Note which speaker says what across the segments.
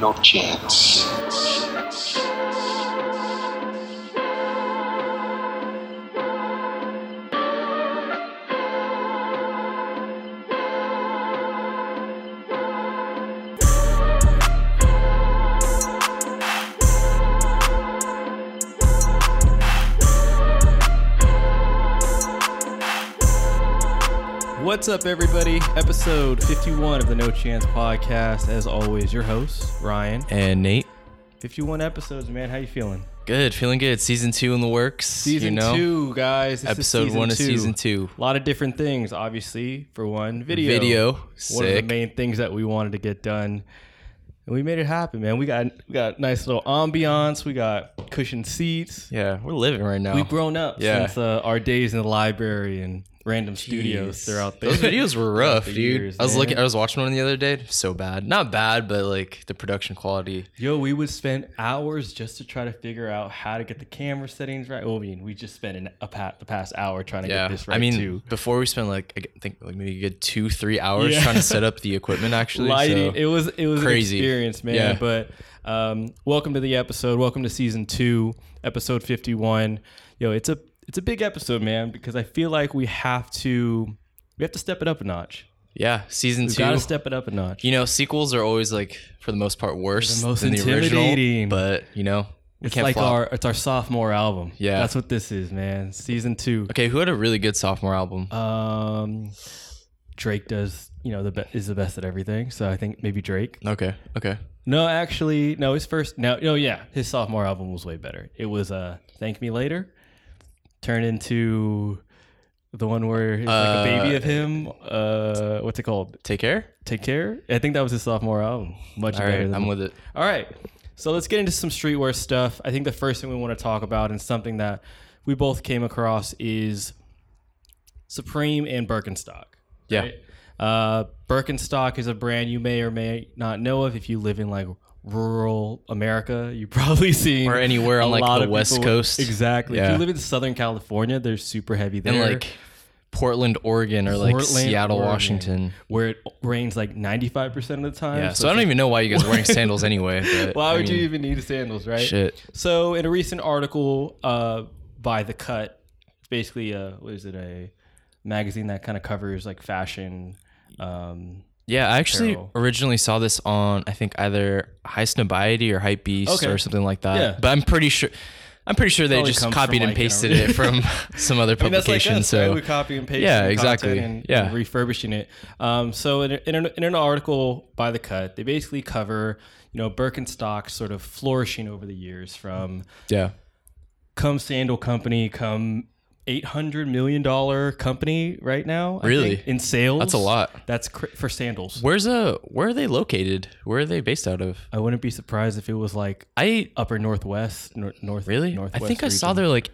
Speaker 1: no chance.
Speaker 2: What's up, everybody? Episode 51 of the No Chance Podcast. As always, your hosts, Ryan.
Speaker 3: And Nate,
Speaker 2: 51 episodes, man. How you feeling?
Speaker 3: good, feeling good. Season two in the works.
Speaker 2: Season
Speaker 3: you know?
Speaker 2: two, guys. This
Speaker 3: Episode
Speaker 2: is season
Speaker 3: one
Speaker 2: two.
Speaker 3: of season two.
Speaker 2: A lot of different things, obviously. For one, video.
Speaker 3: Video,
Speaker 2: One of the
Speaker 3: sick.
Speaker 2: main things that we wanted to get done, and we made it happen, man. We got we got nice little ambiance. We got cushioned seats.
Speaker 3: yeah, we're living right now.
Speaker 2: We've grown up
Speaker 3: Yeah.
Speaker 2: since uh, our days in the library and random studios
Speaker 3: Jeez.
Speaker 2: throughout the
Speaker 3: Those videos were rough,
Speaker 2: the
Speaker 3: dude.
Speaker 2: years,
Speaker 3: I was
Speaker 2: man.
Speaker 3: looking, I was watching one the other day. So bad, not bad, but like the production quality.
Speaker 2: Yo, we would spend hours just to try to figure out how to get the camera settings right. Well, I mean, we just spent an, a pa- the past hour trying to
Speaker 3: Yeah,
Speaker 2: get this right
Speaker 3: I mean,
Speaker 2: too.
Speaker 3: before we spent like I think like maybe a good two, three hours
Speaker 2: Yeah.
Speaker 3: trying to set up the equipment. Actually,
Speaker 2: Lighting,
Speaker 3: so-
Speaker 2: it was it was
Speaker 3: crazy.
Speaker 2: an experience, man.
Speaker 3: Yeah.
Speaker 2: But um, welcome to the episode. Welcome to season two, episode fifty one. Yo, it's a it's a big episode, man, because I feel like we have to we have to step it up a notch.
Speaker 3: yeah, season
Speaker 2: We've
Speaker 3: two.
Speaker 2: got to step it up a notch.
Speaker 3: you know, sequels are always like for the most part worse
Speaker 2: the most
Speaker 3: than the
Speaker 2: intimidating.
Speaker 3: original, but you know, we
Speaker 2: it's
Speaker 3: can't
Speaker 2: like
Speaker 3: flop.
Speaker 2: our it's our sophomore album.
Speaker 3: Yeah.
Speaker 2: that's what this is, man. Season two.
Speaker 3: okay, who had a really good sophomore album?
Speaker 2: Um, Drake does, you know, the be- is the best at everything. So I think maybe Drake.
Speaker 3: okay, okay.
Speaker 2: No, actually, no. His first, no, no, yeah, his sophomore album was way better. It was uh, "Thank Me Later," turned into the one where it's like a baby
Speaker 3: Uh,
Speaker 2: of him. Uh, what's it called?
Speaker 3: Take care.
Speaker 2: Take care. I think that was his sophomore album. Much
Speaker 3: All
Speaker 2: better.
Speaker 3: right,
Speaker 2: than
Speaker 3: I'm with it.
Speaker 2: All right. So let's get into some streetwear stuff. I think the first thing we want to talk about and something that we both came across is Supreme and Birkenstock.
Speaker 3: Yeah.
Speaker 2: right? Uh, Birkenstock is a brand you may or may not know of if you live in like rural America. You probably seen
Speaker 3: Or anywhere on,
Speaker 2: a
Speaker 3: like,
Speaker 2: lot
Speaker 3: the
Speaker 2: of
Speaker 3: West
Speaker 2: people-
Speaker 3: Coast.
Speaker 2: Exactly. If
Speaker 3: Yeah.
Speaker 2: you live in Southern California, they're super heavy there.
Speaker 3: And like Portland, Oregon, or like
Speaker 2: Portland,
Speaker 3: Seattle,
Speaker 2: Oregon,
Speaker 3: Washington.
Speaker 2: where it rains like ninety five percent of the time.
Speaker 3: Yeah. So, I
Speaker 2: it's
Speaker 3: don't even know why you guys are wearing sandals anyway. but,
Speaker 2: Why
Speaker 3: I
Speaker 2: would you
Speaker 3: mean,
Speaker 2: even need sandals, right?
Speaker 3: Shit.
Speaker 2: So, in a recent article uh, by The Cut, it's basically a what is it a magazine that kind of covers like fashion. Um,
Speaker 3: Yeah, I actually
Speaker 2: Apparel.
Speaker 3: originally saw this on I think either High Snobiety or Hype Beast
Speaker 2: Okay.
Speaker 3: or something like that.
Speaker 2: Yeah.
Speaker 3: But I'm pretty sure. I'm pretty sure they
Speaker 2: Probably
Speaker 3: just
Speaker 2: comes
Speaker 3: copied
Speaker 2: from,
Speaker 3: and
Speaker 2: like, an
Speaker 3: pasted it from some other
Speaker 2: and that's like
Speaker 3: publication.
Speaker 2: us, right?
Speaker 3: so
Speaker 2: we copy and paste.
Speaker 3: Yeah,
Speaker 2: the
Speaker 3: exactly.
Speaker 2: content And,
Speaker 3: Yeah.
Speaker 2: and refurbishing it. Um, so in, in, an, in an article by The Cut, they basically cover you know Birkenstock sort of flourishing over the years from
Speaker 3: yeah,
Speaker 2: come sandal company, come eight hundred million dollar company right now. I
Speaker 3: Really?
Speaker 2: think, in sales,
Speaker 3: That's a lot.
Speaker 2: That's cr- for sandals.
Speaker 3: where's a where are they located? Where are they based out of?
Speaker 2: I wouldn't be surprised if it was like
Speaker 3: I
Speaker 2: upper northwest, nor- north.
Speaker 3: really
Speaker 2: Northwest
Speaker 3: I think I saw
Speaker 2: region.
Speaker 3: their like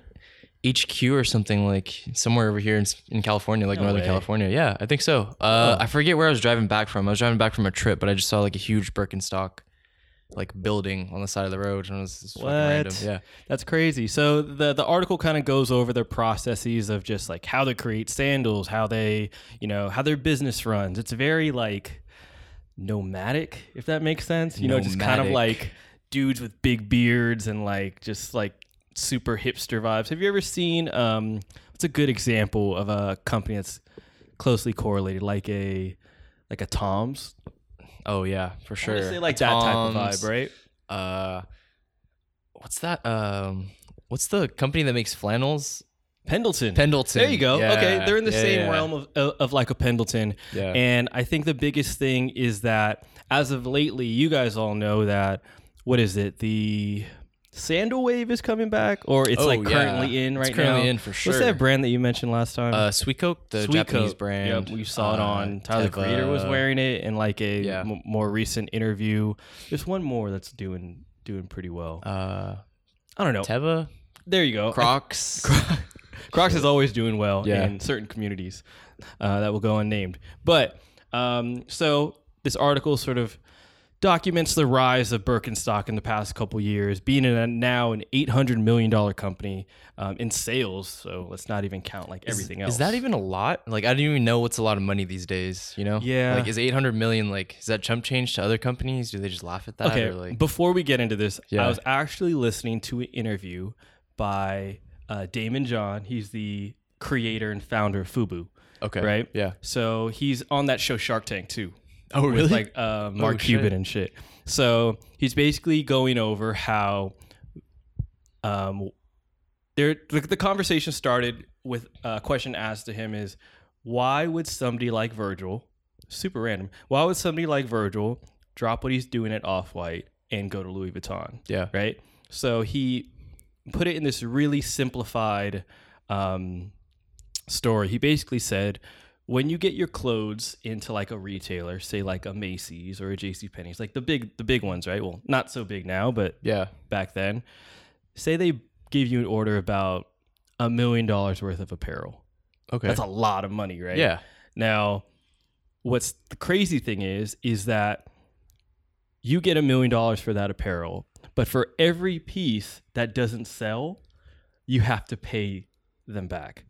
Speaker 3: HQ or something like somewhere over here in, in California, like
Speaker 2: No
Speaker 3: Northern
Speaker 2: way.
Speaker 3: California. Yeah, I think so. Uh, I forget where I was driving back from. I was driving back from a trip, but I just saw like a huge Birkenstock like building on the side of the road, and it was just fucking random.
Speaker 2: What?
Speaker 3: Yeah,
Speaker 2: That's crazy. So the the article kind of goes over their processes of just like how they create sandals, how they you know how their business runs. It's very like nomadic, if that makes sense. You know, just kind of
Speaker 3: Nomadic.
Speaker 2: like dudes with big beards and like just like super hipster vibes. Have you ever seen? Um, what's a good example of a company that's closely correlated, like a like a Tom's?
Speaker 3: Oh yeah, for
Speaker 2: I
Speaker 3: sure.
Speaker 2: wanna say like that type of vibe, right?
Speaker 3: right? Uh, what's that? Um, what's the company that makes flannels?
Speaker 2: Pendleton.
Speaker 3: Pendleton.
Speaker 2: There you go.
Speaker 3: Yeah,
Speaker 2: Okay, they're in the
Speaker 3: yeah,
Speaker 2: same
Speaker 3: yeah.
Speaker 2: realm of, of, of like a Pendleton.
Speaker 3: Yeah.
Speaker 2: And I think the biggest thing is that as of lately, you guys all know that what is it? The sandal wave is coming back, or it's
Speaker 3: Oh,
Speaker 2: like
Speaker 3: yeah.
Speaker 2: currently in right
Speaker 3: It's currently
Speaker 2: now.
Speaker 3: in for
Speaker 2: What's
Speaker 3: sure.
Speaker 2: that brand that you mentioned last time?
Speaker 3: Uh, Suicoat, the
Speaker 2: Sweet
Speaker 3: Japanese
Speaker 2: Coat.
Speaker 3: brand.
Speaker 2: Yep, we saw it
Speaker 3: Uh,
Speaker 2: on Tyler the
Speaker 3: Teva.
Speaker 2: Creator was wearing it in like a
Speaker 3: Yeah.
Speaker 2: m- more recent interview. There's one more that's doing doing pretty well.
Speaker 3: Uh,
Speaker 2: I don't know.
Speaker 3: Teva
Speaker 2: there you go.
Speaker 3: Crocs.
Speaker 2: Crocs is always doing well
Speaker 3: Yeah.
Speaker 2: in certain communities uh, that will go unnamed. But um, so this article sort of documents the rise of Birkenstock in the past couple years, being in a, now an eight hundred million dollar company um, in sales. So let's not even count like everything else.
Speaker 3: Is that even a lot? Like I don't even know what's a lot of money these days. You know?
Speaker 2: Yeah.
Speaker 3: Like is 800 million like is that chump change to other companies? Do they just laugh at that?
Speaker 2: Okay.
Speaker 3: Or like
Speaker 2: Before we get into this, I
Speaker 3: Yeah.
Speaker 2: was actually listening to an interview by uh, Damon John. He's the creator and founder of Fubu.
Speaker 3: okay.
Speaker 2: Right.
Speaker 3: Yeah.
Speaker 2: So he's on that show Shark Tank too.
Speaker 3: Oh really?
Speaker 2: with like uh, Mark
Speaker 3: shit.
Speaker 2: Cuban and shit. So he's basically going over how um there the, the conversation started with a question asked to him is why would somebody like Virgil super random why would somebody like Virgil drop what he's doing at Off White and go to Louis Vuitton
Speaker 3: yeah.
Speaker 2: right? So he put it in this really simplified um, story. He basically said, when you get your clothes into like a retailer, say like a Macy's or a J.C. Penney's, like the big the big ones, right? Well, not so big now, but
Speaker 3: Yeah.
Speaker 2: back then, say they give you an order about a million dollars worth of apparel.
Speaker 3: Okay.
Speaker 2: That's a lot of money, right?
Speaker 3: Yeah.
Speaker 2: Now, what's the crazy thing is, is that you get a million dollars for that apparel, but for every piece that doesn't sell, you have to pay them back.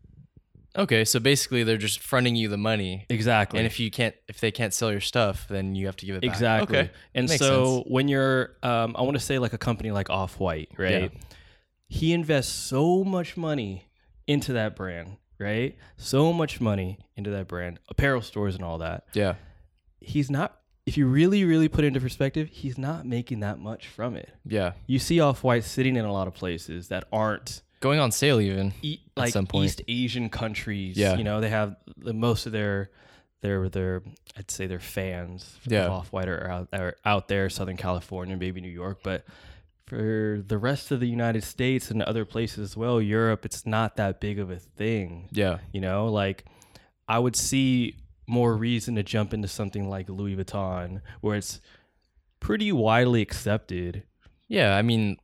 Speaker 3: Okay. So basically, they're just fronting you the money,
Speaker 2: Exactly.
Speaker 3: and if you can't, if they can't sell your stuff, then you have to give it back.
Speaker 2: exactly.
Speaker 3: Okay.
Speaker 2: And
Speaker 3: Makes
Speaker 2: so
Speaker 3: sense.
Speaker 2: when you're, um, I want to say like a company like Off White, right? He invests so much money into that brand, right? So much money into that brand, apparel stores and all that.
Speaker 3: Yeah.
Speaker 2: he's not if you really really put it into perspective he's not making that much from it
Speaker 3: Yeah.
Speaker 2: you see off-white sitting in a lot of places that aren't
Speaker 3: Going on sale even.
Speaker 2: e- like
Speaker 3: some point.
Speaker 2: east asian countries
Speaker 3: Yeah.
Speaker 2: you know they have the most of their their their i'd say their fans for
Speaker 3: Yeah.
Speaker 2: off-white are out, are out there southern california maybe new york but for the rest of the united states and other places as well europe it's not that big of a thing
Speaker 3: Yeah.
Speaker 2: you know, like I would see more reason to jump into something like Louis Vuitton, where it's pretty widely accepted,
Speaker 3: Yeah. I mean,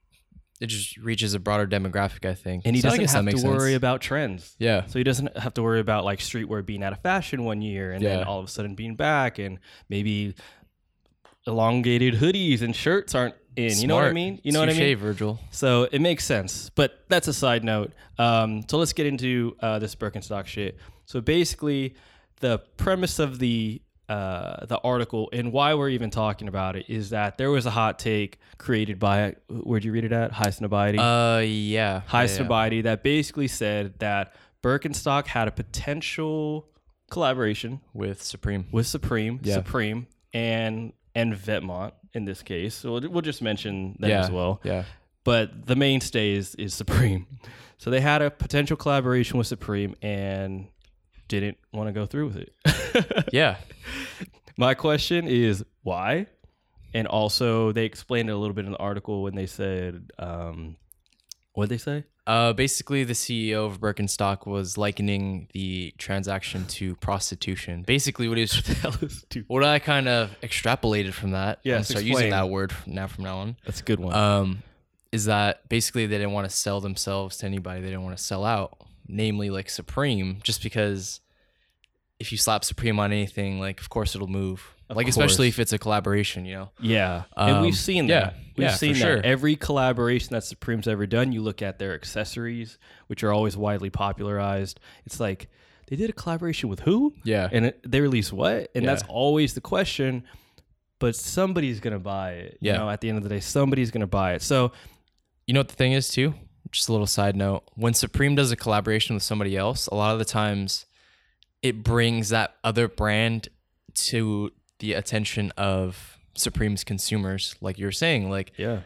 Speaker 3: it just reaches a broader demographic, I think.
Speaker 2: and he
Speaker 3: So I
Speaker 2: doesn't
Speaker 3: guess that
Speaker 2: have to
Speaker 3: makes
Speaker 2: worry
Speaker 3: sense.
Speaker 2: about trends.
Speaker 3: Yeah.
Speaker 2: So he doesn't have to worry about like streetwear being out of fashion one year and
Speaker 3: Yeah.
Speaker 2: then all of a sudden being back, and maybe elongated hoodies and shirts aren't in. You know what I
Speaker 3: Smart.
Speaker 2: mean? You know what I
Speaker 3: Touche,
Speaker 2: mean?
Speaker 3: Virgil.
Speaker 2: So it makes sense, but that's a side note. Um, so let's get into uh, this Birkenstock shit. So basically, the premise of the uh, the article and why we're even talking about it is that there was a hot take created by where'd you read it at? High Snobiety.
Speaker 3: Uh, yeah.
Speaker 2: High
Speaker 3: yeah, yeah.
Speaker 2: Snobiety that basically said that Birkenstock had a potential collaboration
Speaker 3: with Supreme.
Speaker 2: with Supreme,
Speaker 3: Yeah.
Speaker 2: Supreme, and and Vetmont in this case. So we'll, we'll just mention them
Speaker 3: yeah.
Speaker 2: as well
Speaker 3: Yeah.
Speaker 2: but the mainstay is, is Supreme. So they had a potential collaboration with Supreme and didn't want to go through with it.
Speaker 3: Yeah.
Speaker 2: My question is why? And also, they explained it a little bit in the article when they said, um, what did they say?
Speaker 3: Uh, basically, the CEO of Birkenstock was likening the transaction to prostitution. Basically, what he was,
Speaker 2: That was too-
Speaker 3: what I kind of extrapolated from that. I'm gonna
Speaker 2: Yes,
Speaker 3: start
Speaker 2: explain.
Speaker 3: using that word from now from now on.
Speaker 2: That's a good one.
Speaker 3: Um, is that basically they didn't want to sell themselves to anybody. They didn't want to sell out, namely like Supreme, just because if you slap Supreme on anything, like of course it'll move.
Speaker 2: Of
Speaker 3: like especially
Speaker 2: course.
Speaker 3: if it's a collaboration, you know.
Speaker 2: yeah. and
Speaker 3: um,
Speaker 2: we've seen
Speaker 3: yeah,
Speaker 2: that. We've
Speaker 3: yeah, for
Speaker 2: seen that.
Speaker 3: sure.
Speaker 2: Every collaboration that Supreme's ever done, you look at their accessories, which are always widely popularized. It's like, they did a collaboration with who?
Speaker 3: Yeah.
Speaker 2: and it, they release what and that's
Speaker 3: Yeah.
Speaker 2: always the question but somebody's gonna buy it you
Speaker 3: Yeah.
Speaker 2: know at the end of the day somebody's gonna buy it so
Speaker 3: You know what the thing is too? Just a little side note. When Supreme does a collaboration with somebody else, a lot of the times it brings that other brand to the attention of Supreme's consumers, like you're saying. Like
Speaker 2: yeah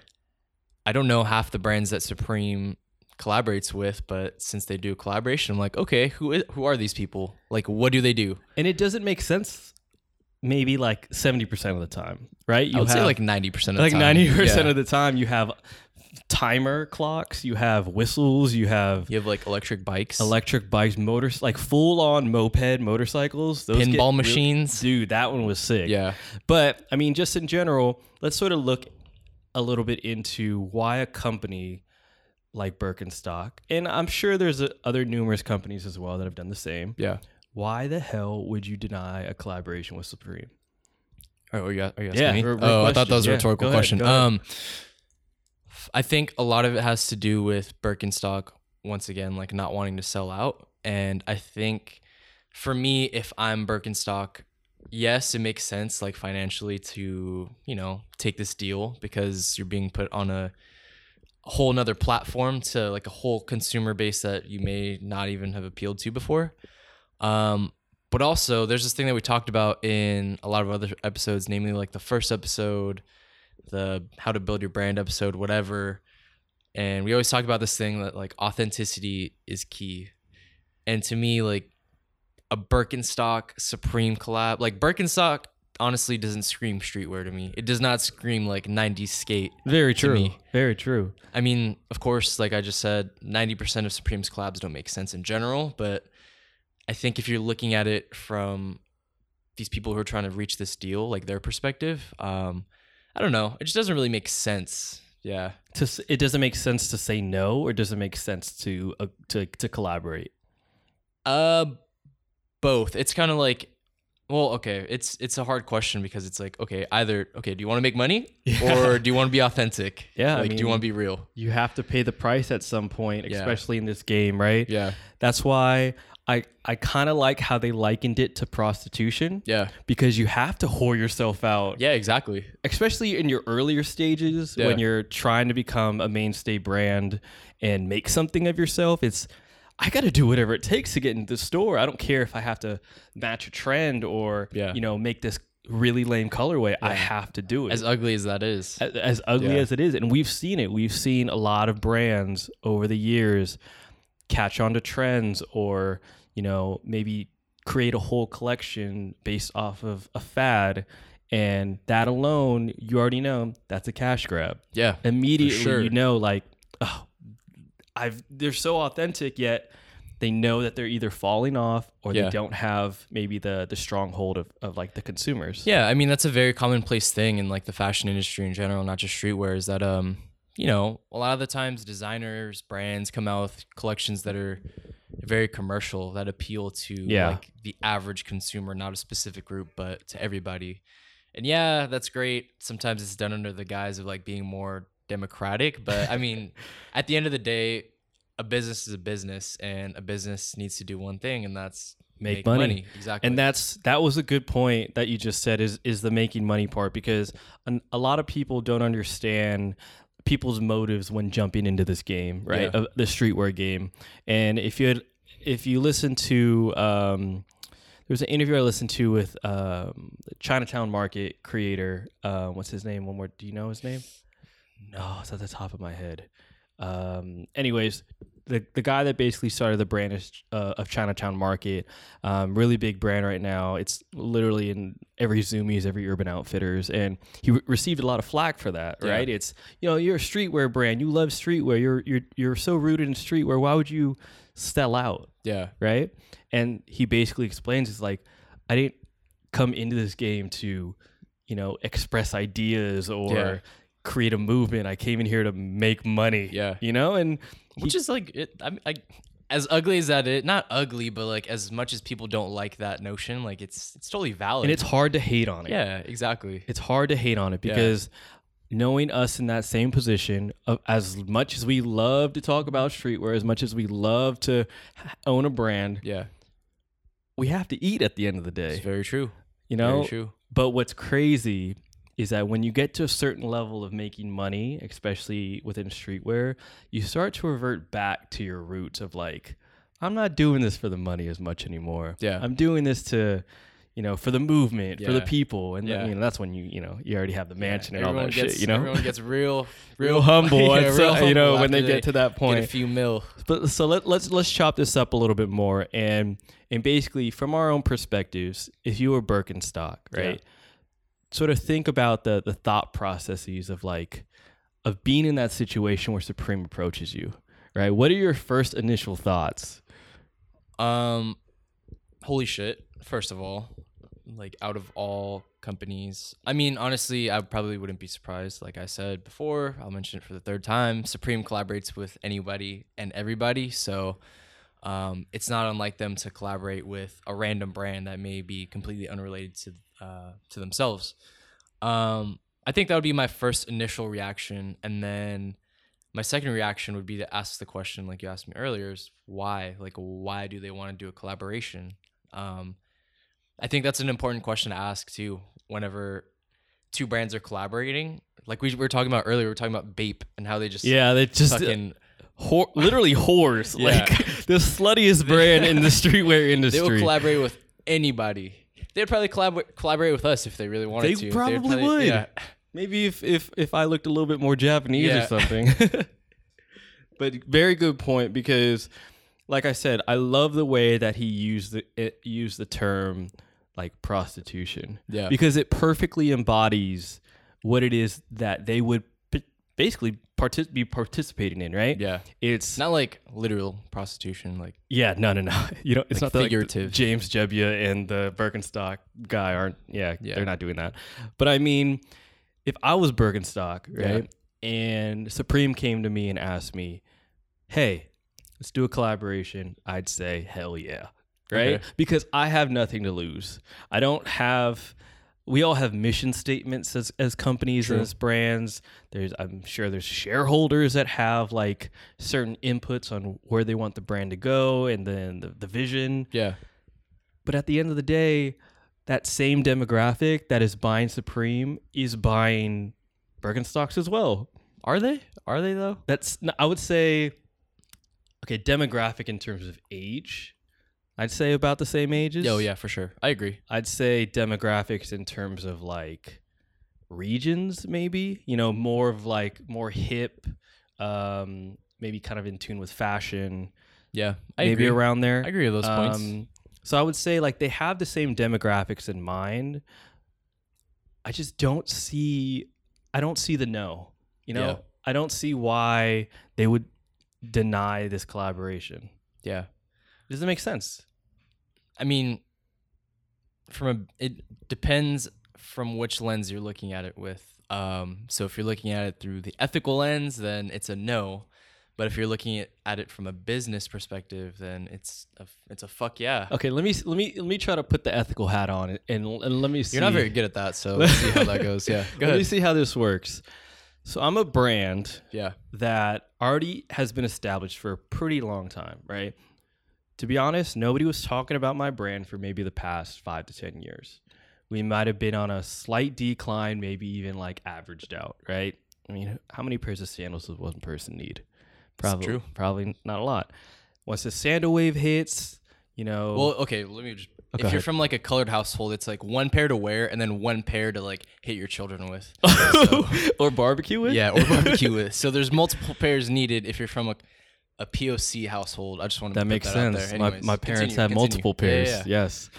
Speaker 3: I don't know half the brands that Supreme collaborates with, but since they do a collaboration, I'm like, okay, who is, who are these people? Like what do they do?
Speaker 2: and it doesn't make sense maybe like 70% of the time right you
Speaker 3: I would say like 90% of the
Speaker 2: like
Speaker 3: time.
Speaker 2: 90%
Speaker 3: Yeah.
Speaker 2: of the time you have timer clocks you have whistles you have
Speaker 3: you have like electric bikes,
Speaker 2: electric bikes motors like full-on moped motorcycles those get
Speaker 3: pinball
Speaker 2: really-
Speaker 3: machines.
Speaker 2: dude that one was sick
Speaker 3: yeah.
Speaker 2: But I mean, just in general, let's sort of look a little bit into why a company like Birkenstock, and I'm sure there's uh other numerous companies as well that have done the same.
Speaker 3: Yeah.
Speaker 2: Why the hell would you deny a collaboration with Supreme?
Speaker 3: Oh, are you, are you asking
Speaker 2: Yeah,
Speaker 3: me?
Speaker 2: re- re-
Speaker 3: oh, I thought that was
Speaker 2: question.
Speaker 3: a
Speaker 2: Yeah,
Speaker 3: rhetorical
Speaker 2: go ahead,
Speaker 3: question.
Speaker 2: go ahead.
Speaker 3: um, f- I think a lot of it has to do with Birkenstock once again, like not wanting to sell out. And I think for me, if I'm Birkenstock, yes, it makes sense, like financially, to you know take this deal because you're being put on a whole nother platform to like a whole consumer base that you may not even have appealed to before. Um, but also, there's this thing that we talked about in a lot of other episodes, namely like the first episode, the how to build your brand episode, whatever. And we always talk about this thing that like authenticity is key. And to me, like a Birkenstock Supreme collab, like Birkenstock honestly doesn't scream streetwear to me. It does not scream like 90s skate.
Speaker 2: Very true.
Speaker 3: me.
Speaker 2: Very true.
Speaker 3: I mean, of course, like I just said, 90% of Supreme's collabs don't make sense in general, but I think if you're looking at it from these people who are trying to reach this deal, like their perspective, um, I don't know. It just doesn't really make sense. Yeah.
Speaker 2: To s- it doesn't make sense to say no, or does it make sense to uh, to to collaborate?
Speaker 3: Uh both. It's kind of like well, okay, it's it's a hard question because it's like, okay, either okay, do you want to make money or do you want to be authentic?
Speaker 2: Yeah, I
Speaker 3: Like do you
Speaker 2: mean-
Speaker 3: want to be real?
Speaker 2: You have to pay the price at some point,
Speaker 3: Yeah.
Speaker 2: especially in this game, right?
Speaker 3: Yeah.
Speaker 2: That's why I I kind of like how they likened it to prostitution.
Speaker 3: Yeah.
Speaker 2: Because you have to whore yourself out,
Speaker 3: Yeah, exactly.
Speaker 2: especially in your earlier stages
Speaker 3: Yeah.
Speaker 2: when you're trying to become a mainstay brand and make something of yourself. It's I got to do whatever it takes to get into the store. I don't care if I have to match a trend or
Speaker 3: Yeah.
Speaker 2: you know make this really lame colorway. I have to do it
Speaker 3: As ugly as that is.
Speaker 2: as, as ugly
Speaker 3: Yeah.
Speaker 2: as it is and we've seen it we've seen a lot of brands over the years catch on to trends or you know maybe create a whole collection based off of a fad and that alone you already know that's a cash grab
Speaker 3: Yeah.
Speaker 2: immediately
Speaker 3: sure.
Speaker 2: you know like oh i've they're so authentic yet they know that they're either falling off or
Speaker 3: Yeah.
Speaker 2: they don't have maybe the the stronghold of, of like the consumers
Speaker 3: Yeah, I mean that's a very commonplace thing in like the fashion industry in general, not just streetwear, is that um, you know, a lot of the times designers, brands come out with collections that are very commercial that appeal to
Speaker 2: Yeah.
Speaker 3: like the average consumer, not a specific group, but to everybody. And yeah, that's great. Sometimes it's done under the guise of like being more democratic, but I mean, at the end of the day, a business is a business and a business needs to do one thing and that's
Speaker 2: Make money.
Speaker 3: Exactly.
Speaker 2: and that's that was a good point that you just said is is the making money part because an, a lot of people don't understand people's motives when jumping into this game right
Speaker 3: Yeah.
Speaker 2: of the streetwear game and if you had, if you listen to um there was an interview I listened to with um, the Chinatown Market creator. Uh, what's his name? One more. Do you know his name? No, Oh, it's at the top of my head. Um, anyways, the the guy that basically started the brand is, uh, of Chinatown Market, um, really big brand right now. It's literally in every Zoomies, every Urban Outfitters, and he re- received a lot of flack for that.
Speaker 3: Yeah.
Speaker 2: Right? It's you know you're a streetwear brand, you love streetwear, you're you're you're so rooted in streetwear. Why would you sell out?
Speaker 3: yeah.
Speaker 2: right? And he basically explains it's like I didn't come into this game to, you know, express ideas or
Speaker 3: Yeah.
Speaker 2: create a movement. I came in here to make money.
Speaker 3: Yeah.
Speaker 2: You know, and
Speaker 3: which is like it i mean like as ugly as that is not ugly but like as much as people don't like that notion like it's it's totally valid
Speaker 2: and it's hard to hate on it.
Speaker 3: yeah exactly
Speaker 2: It's hard to hate on it because knowing us in that same position, of, as much as we love to talk about streetwear, as much as we love to own a brand,
Speaker 3: yeah
Speaker 2: we have to eat at the end of the day.
Speaker 3: it's very true
Speaker 2: You
Speaker 3: very
Speaker 2: know,
Speaker 3: true
Speaker 2: But what's crazy is that when you get to a certain level of making money, especially within streetwear, you start to revert back to your roots of like, I'm not doing this for the money as much anymore.
Speaker 3: Yeah.
Speaker 2: I'm doing this to, you know, for the movement, for the
Speaker 3: Yeah.
Speaker 2: people. And
Speaker 3: Yeah.
Speaker 2: you know, that's when you, you know, you already have the mansion and all
Speaker 3: everyone
Speaker 2: that
Speaker 3: gets
Speaker 2: shit, you know?
Speaker 3: everyone gets real
Speaker 2: real humble.
Speaker 3: yeah,
Speaker 2: and so,
Speaker 3: real
Speaker 2: you know,
Speaker 3: humble
Speaker 2: when they
Speaker 3: after
Speaker 2: get to that
Speaker 3: get
Speaker 2: point.
Speaker 3: a few mil
Speaker 2: But so let, let's let's chop this up a little bit more and and basically from our own perspectives, if you were Birkenstock, right, sort of think about the the thought processes of like of being in that situation where Supreme approaches you, right? What are your first initial thoughts?
Speaker 3: Um, holy shit! First of all, like out of all companies, I mean, honestly, I probably wouldn't be surprised. Like I said before, I'll mention it for the third time. Supreme collaborates with anybody and everybody, so um, it's not unlike them to collaborate with a random brand that may be completely unrelated to uh, to themselves. Um, I think that would be my first initial reaction, and then my second reaction would be to ask the question, like you asked me earlier, is why? Like, why do they want to do a collaboration? Um, I think that's an important question to ask too. Whenever two brands are collaborating, like we were talking about earlier, we were talking about Bape and how they just
Speaker 2: Yeah, they just uh,
Speaker 3: fucking
Speaker 2: whore, literally whores.
Speaker 3: Yeah.
Speaker 2: Like the sluttiest brand in the streetwear
Speaker 3: they will
Speaker 2: industry.
Speaker 3: collaborate with anybody. They'd probably collab- collaborate with us if they really wanted
Speaker 2: They
Speaker 3: to. They'd
Speaker 2: probably would.
Speaker 3: Yeah.
Speaker 2: Maybe if if if I looked a little bit more Japanese
Speaker 3: Yeah.
Speaker 2: or something. but very good point because, like I said, I love the way that he used the it, used the term like prostitution.
Speaker 3: Yeah.
Speaker 2: because it perfectly embodies what it is that they would p- basically partic- be participating in. Right?
Speaker 3: Yeah.
Speaker 2: It's
Speaker 3: Not like literal prostitution, like
Speaker 2: yeah, no, no, no. You know, it's not the, like, the
Speaker 3: figurative.
Speaker 2: James Jebbia and the Birkenstock guy aren't. Yeah,
Speaker 3: Yeah.
Speaker 2: they're not doing that. But I mean, if I was Birkenstock,
Speaker 3: Yeah.
Speaker 2: right, and Supreme came to me and asked me, "Hey, let's do a collaboration," I'd say, "Hell yeah!" Right?
Speaker 3: Okay.
Speaker 2: Because I have nothing to lose. I don't have. We all have mission statements as, as companies
Speaker 3: True.
Speaker 2: and as brands. There's, I'm sure there's shareholders that have like certain inputs on where they want the brand to go and then the, the vision.
Speaker 3: yeah,
Speaker 2: But at the end of the day, that same demographic that is buying Supreme is buying Birkenstocks as well.
Speaker 3: Are they? Are they though?
Speaker 2: That's n- I would say, okay, demographic in terms of age, I'd say about the same ages.
Speaker 3: Oh yeah, for sure. I agree.
Speaker 2: I'd say demographics in terms of like regions, maybe you know, more of like more hip, um, maybe kind of in tune with fashion,
Speaker 3: Yeah, I
Speaker 2: maybe
Speaker 3: agree.
Speaker 2: around there.
Speaker 3: I agree with those points.
Speaker 2: Um, so I would say like they have the same demographics in mind. I just don't see I don't see the no. You know?
Speaker 3: Yeah.
Speaker 2: I don't see why they would deny this collaboration.
Speaker 3: Yeah,
Speaker 2: Does it make sense?
Speaker 3: I mean, from a it depends from which lens you're looking at it with. Um, so if you're looking at it through the ethical lens, then it's a no. But if you're looking at, at it from a business perspective, then it's a it's a fuck yeah.
Speaker 2: Okay, let me let me let me try to put the ethical hat on and, and, and let me see
Speaker 3: You're not very good at that, so let's see how that goes. Yeah, go
Speaker 2: let me
Speaker 3: ahead.
Speaker 2: see how this works. So I'm a brand
Speaker 3: Yeah,
Speaker 2: that already has been established for a pretty long time, right? To be honest, nobody was talking about my brand for maybe the past five to 10 years. We might have been on a slight decline, maybe even like averaged out, right? I mean, how many pairs of sandals does one person need? Probably,
Speaker 3: true.
Speaker 2: probably not a lot. Once the sandal wave hits, you know,
Speaker 3: Well, okay, let me just. if
Speaker 2: Oh, go
Speaker 3: you're
Speaker 2: ahead.
Speaker 3: from like a colored household, it's like one pair to wear and then one pair to like hit your children with.
Speaker 2: Oh, or barbecue with?
Speaker 3: yeah, or barbecue with. So there's multiple pairs needed if you're from a, a POC household. I just want to
Speaker 2: That
Speaker 3: put
Speaker 2: makes
Speaker 3: that out
Speaker 2: sense.
Speaker 3: there.
Speaker 2: My,
Speaker 3: Anyways,
Speaker 2: my parents
Speaker 3: continue,
Speaker 2: have
Speaker 3: continue.
Speaker 2: multiple
Speaker 3: Yeah, yeah,
Speaker 2: pairs.
Speaker 3: yeah.
Speaker 2: Yes.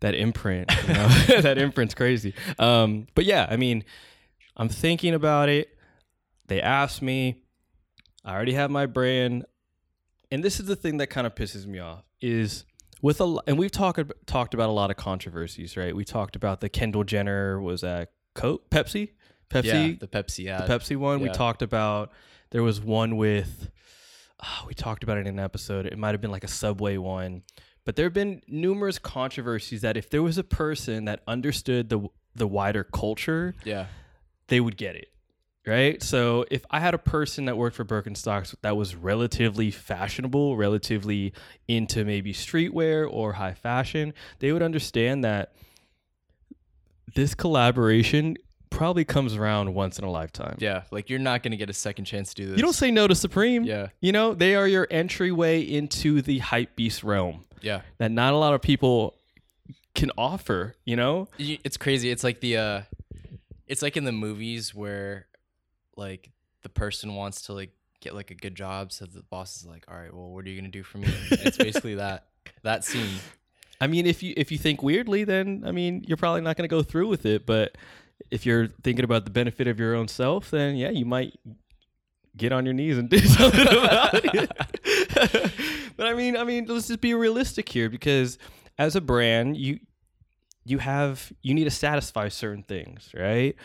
Speaker 2: That imprint. you know? that imprint's crazy. Um, but yeah, I mean, I'm thinking about it. They asked me. I already have my brand. And this is the thing that kind of pisses me off is with a lo- and we've talked ab- talked about a lot of controversies, right? We talked about the Kendall Jenner was that Coke Pepsi? Pepsi
Speaker 3: Yeah, the Pepsi ad.
Speaker 2: the Pepsi one. We
Speaker 3: yeah.
Speaker 2: talked about there was one with ah, we talked about it in an episode. It might have been like a Subway one, but there have been numerous controversies that if there was a person that understood the the wider culture,
Speaker 3: yeah,
Speaker 2: they would get it. Right? So if I had a person that worked for Birkenstocks that was relatively fashionable, relatively into maybe streetwear or high fashion, they would understand that this collaboration probably comes around once in a lifetime.
Speaker 3: yeah. Like you're not gonna get a second chance to do this.
Speaker 2: You don't say no to Supreme.
Speaker 3: Yeah,
Speaker 2: You know, they are your entryway into the hype beast realm
Speaker 3: yeah.
Speaker 2: that not a lot of people can offer, you know?
Speaker 3: You- It's crazy. It's like the, uh it's like in the movies where, like, the person wants to like get like a good job, so the boss is like, "All right, well, what are you gonna do for me?" And it's basically that that scene.
Speaker 2: I mean, if you if you think weirdly, then I mean, you're probably not going to go through with it, but if you're thinking about the benefit of your own self, then yeah, you might get on your knees and do something about it. but I mean, I mean, let's just be realistic here because as a brand, you you have you need to satisfy certain things, right?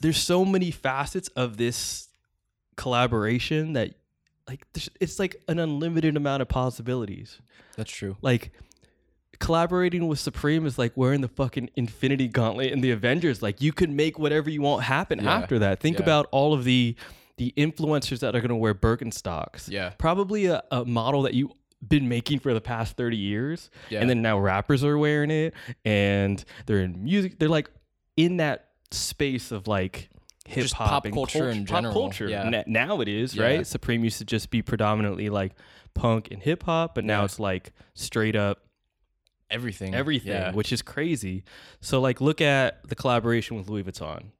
Speaker 2: There's so many facets of this collaboration that like there's- it's like an unlimited amount of possibilities
Speaker 3: That's true.
Speaker 2: like collaborating with Supreme is like wearing the fucking Infinity Gauntlet in the Avengers. Like you can make whatever you want happen
Speaker 3: Yeah.
Speaker 2: after that. Think
Speaker 3: Yeah.
Speaker 2: about all of the the influencers that are going to wear Birkenstocks.
Speaker 3: Yeah.
Speaker 2: Probably a, a model that you been making for the past 30 years
Speaker 3: Yeah.
Speaker 2: and then now rappers are wearing it and they're in music they're like in that space of like hip
Speaker 3: Just
Speaker 2: hop
Speaker 3: pop
Speaker 2: and
Speaker 3: culture in general,
Speaker 2: pop culture
Speaker 3: yeah.
Speaker 2: na- now it is
Speaker 3: Yeah.
Speaker 2: right supreme used to just be predominantly like punk and hip hop but now
Speaker 3: Yeah.
Speaker 2: it's like straight up
Speaker 3: everything.
Speaker 2: everything,
Speaker 3: Yeah.
Speaker 2: which is crazy. So like look at the collaboration with Louis Vuitton,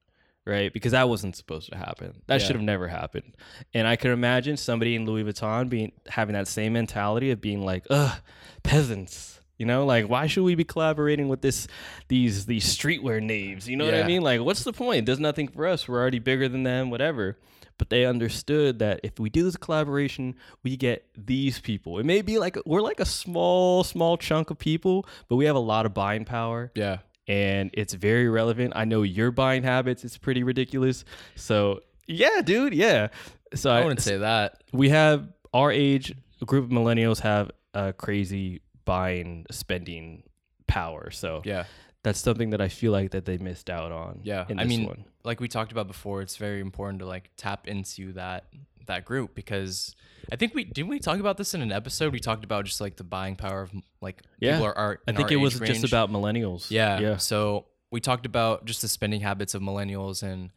Speaker 2: right? Because that wasn't supposed to happen. That
Speaker 3: Yeah.
Speaker 2: should have never happened. And I could imagine somebody in Louis Vuitton being having that same mentality of being like, ugh, peasants. You know, like why should we be collaborating with this these these streetwear knaves? You know what I
Speaker 3: Yeah.
Speaker 2: mean? Like, what's the point? There's nothing for us. We're already bigger than them, whatever. But they understood that if we do this collaboration, we get these people. It may be like we're like a small, small chunk of people, but we have a lot of buying power
Speaker 3: yeah.
Speaker 2: and it's very relevant. I know your buying habits, it's pretty ridiculous. So yeah, dude, yeah. So
Speaker 3: I
Speaker 2: I,
Speaker 3: wouldn't say that.
Speaker 2: we have our age, a group of millennials have a crazy buying spending power. So
Speaker 3: Yeah.
Speaker 2: that's something that I feel like that they missed out on.
Speaker 3: Yeah.
Speaker 2: in
Speaker 3: I
Speaker 2: this
Speaker 3: mean,
Speaker 2: one.
Speaker 3: like we talked about before, it's very important to like tap into that that group because I think we didn't we talk about this in an episode. We talked about just like the buying power of like
Speaker 2: Yeah.
Speaker 3: people are art.
Speaker 2: I think it was just about millennials.
Speaker 3: yeah.
Speaker 2: yeah,
Speaker 3: So we talked about just the spending habits of millennials and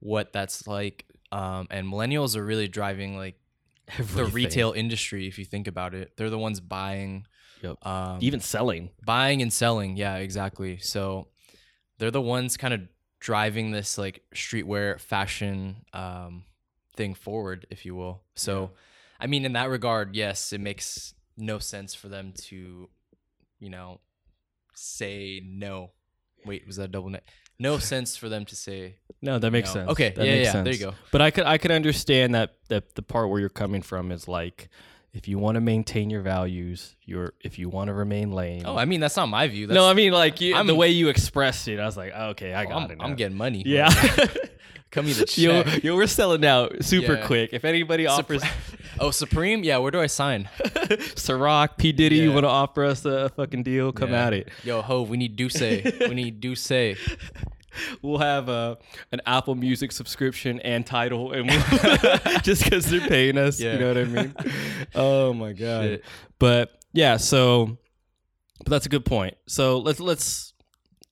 Speaker 3: what that's like. Um, and millennials are really driving like the
Speaker 2: Everything.
Speaker 3: retail industry. If you think about it, they're the ones buying,
Speaker 2: Yep.
Speaker 3: um,
Speaker 2: even selling.
Speaker 3: buying and selling. Yeah, exactly. So they're the ones kind of driving this like streetwear fashion um, thing forward, if you will. So, I mean, in that regard, yes, it makes no sense for them to, you know, say no. Wait, was that a double net? No sense for them to say
Speaker 2: No, that makes
Speaker 3: no.
Speaker 2: sense.
Speaker 3: Okay,
Speaker 2: that
Speaker 3: yeah,
Speaker 2: makes
Speaker 3: yeah.
Speaker 2: Sense.
Speaker 3: There you go.
Speaker 2: But I could I could understand that that the part where you're coming from is like if you want to maintain your values, you're if you want to remain lame.
Speaker 3: Oh, I mean, that's not my view. That's,
Speaker 2: no, I mean like you,
Speaker 3: I'm-
Speaker 2: the way you expressed it, I was like, oh, okay, I got
Speaker 3: I'm,
Speaker 2: it.
Speaker 3: I'm
Speaker 2: now.
Speaker 3: getting money.
Speaker 2: yeah.
Speaker 3: come me the
Speaker 2: yo,
Speaker 3: check.
Speaker 2: yo, we're selling out super
Speaker 3: Yeah.
Speaker 2: quick. If anybody offers
Speaker 3: oh, Supreme. Yeah, where do I sign?
Speaker 2: Ciroc, P Diddy, you
Speaker 3: Yeah.
Speaker 2: want to offer us a fucking deal? Come
Speaker 3: Yeah.
Speaker 2: at it.
Speaker 3: Yo, ho, we need Duce. we need Duce.
Speaker 2: We'll have uh, an Apple Music subscription and title, and we'll just because they're paying us,
Speaker 3: Yeah.
Speaker 2: you know what I mean? oh my god!
Speaker 3: Shit.
Speaker 2: But yeah, so but that's a good point. So let's let's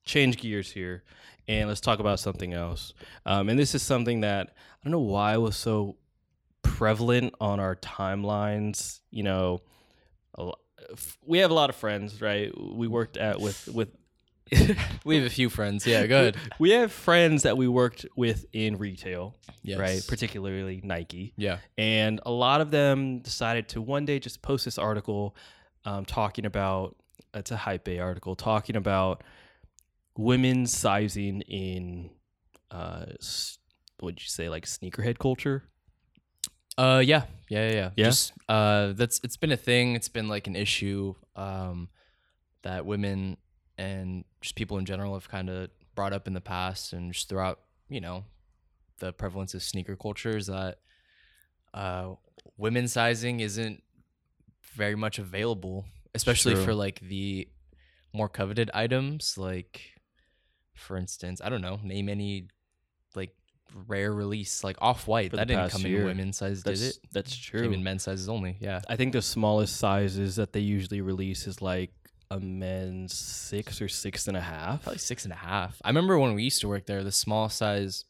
Speaker 2: change gears here and let's talk about something else. Um, and this is something that I don't know why was so prevalent on our timelines. You know, a lo- f- we have a lot of friends, right? We worked at with with
Speaker 3: We have a few friends. Yeah, good.
Speaker 2: we have friends that we worked with in retail,
Speaker 3: Yes.
Speaker 2: right? Particularly Nike.
Speaker 3: Yeah.
Speaker 2: And a lot of them decided to one day just post this article um, talking about it's a Hype Bay article talking about women's sizing in uh, s- what'd you say, like sneakerhead culture?
Speaker 3: Uh, yeah, yeah, yeah, yeah.
Speaker 2: Yeah?
Speaker 3: Just, uh, that's it's been a thing. It's been like an issue. Um, that women and just people in general have kind of brought up in the past and just throughout, you know, the prevalence of sneaker culture is that, uh, women sizing isn't very much available, especially
Speaker 2: true.
Speaker 3: for like the more coveted items. Like, for instance, I don't know, name any like rare release like off white
Speaker 2: For
Speaker 3: that
Speaker 2: the
Speaker 3: didn't
Speaker 2: past
Speaker 3: come
Speaker 2: year.
Speaker 3: in women's size,
Speaker 2: That's
Speaker 3: did it?
Speaker 2: that's
Speaker 3: Came
Speaker 2: true.
Speaker 3: in men's sizes only. Yeah.
Speaker 2: I think the smallest sizes that they usually release is like a men's six or six and a half.
Speaker 3: Probably six and a half. I remember when we used to work there, the small size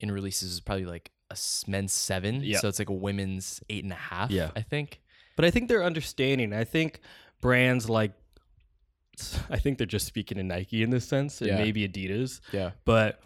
Speaker 3: in releases is probably like a s- men's seven.
Speaker 2: Yeah.
Speaker 3: So it's like a women's eight and a half.
Speaker 2: Yeah.
Speaker 3: I think.
Speaker 2: But I think they're understanding. I think brands like, I think they're just speaking to Nike in this sense, and
Speaker 3: Yeah.
Speaker 2: maybe Adidas.
Speaker 3: Yeah.
Speaker 2: But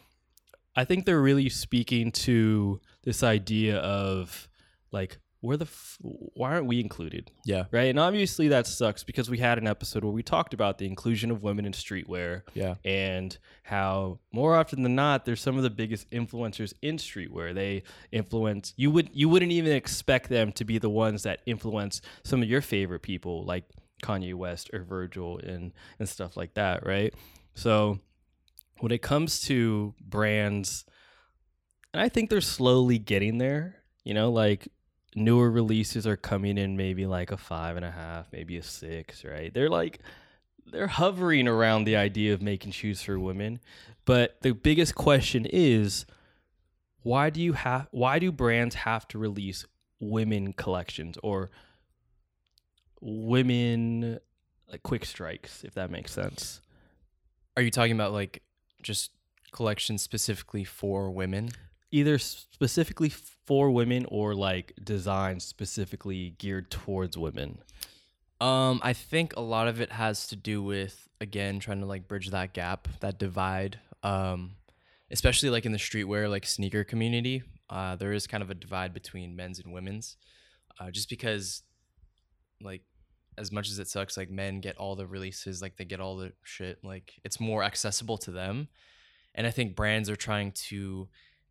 Speaker 2: I think they're really speaking to this idea of like, where the f- why aren't we included?
Speaker 3: Yeah.
Speaker 2: Right, and obviously that sucks because we had an episode where we talked about the inclusion of women in streetwear
Speaker 3: Yeah.
Speaker 2: and how more often than not they're some of the biggest influencers in streetwear they influence you would you wouldn't even expect them to be the ones that influence some of your favorite people like Kanye West or Virgil and and stuff like that right so when it comes to brands and I think they're slowly getting there you know like newer releases are coming in maybe like a five and a half maybe a six right they're like they're hovering around the idea of making shoes for women, but the biggest question is why do you have why do brands have to release women collections or women like quick strikes if that makes sense.
Speaker 3: Are you talking about like just collections specifically for women?
Speaker 2: Either specifically for women or like designed specifically geared towards women.
Speaker 3: Um, I think a lot of it has to do with again trying to like bridge that gap, that divide. Um, especially like in the streetwear, like sneaker community, uh, there is kind of a divide between men's and women's, uh, just because, like, as much as it sucks, like men get all the releases, like they get all the shit, like it's more accessible to them, and I think brands are trying to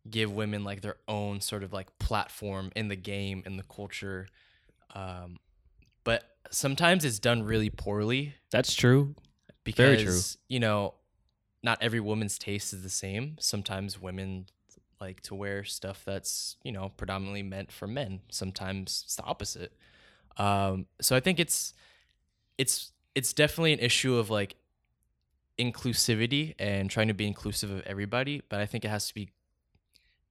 Speaker 3: give women like their own sort of like platform in the game in the culture. Um, but sometimes it's done really poorly
Speaker 2: That's true.
Speaker 3: because
Speaker 2: Very
Speaker 3: you know not every woman's taste is the same sometimes women like to wear stuff that's you know predominantly meant for men sometimes it's the opposite um, so i think it's it's it's definitely an issue of like inclusivity and trying to be inclusive of everybody but i think it has to be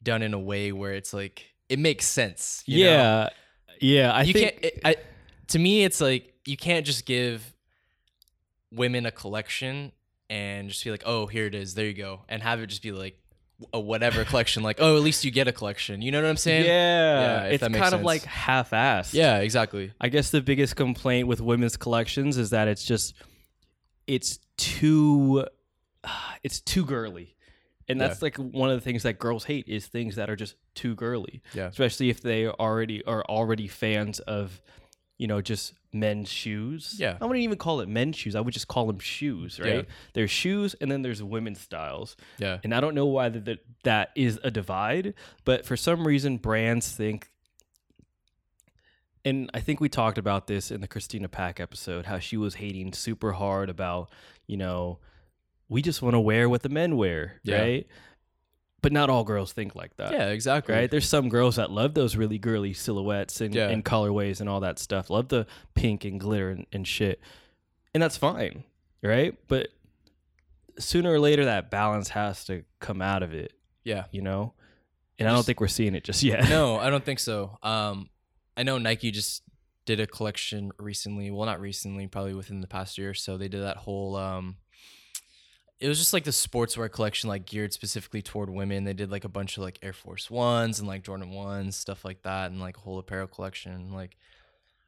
Speaker 3: done in a way where it's like it makes sense you know?
Speaker 2: yeah. Yeah, I
Speaker 3: you
Speaker 2: think
Speaker 3: can't. It, I, to me, it's like you can't just give women a collection and just be like, "Oh, here it is. There you go," and have it just be like a whatever collection. Like, "Oh, at least you get a collection." You know what I'm saying?
Speaker 2: Yeah,
Speaker 3: Yeah, if
Speaker 2: it's
Speaker 3: that
Speaker 2: kind
Speaker 3: makes
Speaker 2: of
Speaker 3: sense.
Speaker 2: like half-assed.
Speaker 3: Yeah, exactly.
Speaker 2: I guess the biggest complaint with women's collections is that it's just it's too it's too girly. And that's like one of the things that girls hate is things that are just too girly.
Speaker 3: Yeah.
Speaker 2: Especially if they already are already fans of, you know, just men's shoes.
Speaker 3: Yeah.
Speaker 2: I wouldn't even call it men's shoes. I would just call them shoes, right? There's shoes and then there's women's styles.
Speaker 3: Yeah.
Speaker 2: And I don't know why that that- that is a divide, but for some reason brands think and I think we talked about this in the Christina Pack episode how she was hating super hard about, you know, we just want to wear what the men wear,
Speaker 3: Yeah.
Speaker 2: right? But not all girls think like that.
Speaker 3: Yeah, exactly.
Speaker 2: Right? There's some girls that love those really girly silhouettes and,
Speaker 3: Yeah.
Speaker 2: and colorways and all that stuff. Love the pink and glitter and, and shit. And that's fine. Right? But sooner or later that balance has to come out of it,
Speaker 3: Yeah.
Speaker 2: you know? And I don't
Speaker 3: Just-
Speaker 2: think we're seeing it just yet.
Speaker 3: no, I don't think so. Um, I know Nike just did a collection recently. Well, not recently, probably within the past year or so. They did that whole. Um, it was just like the sportswear collection, like geared specifically toward women. They did like a bunch of like Air Force Ones and like Jordan Ones, stuff like that, and like a whole apparel collection. Like,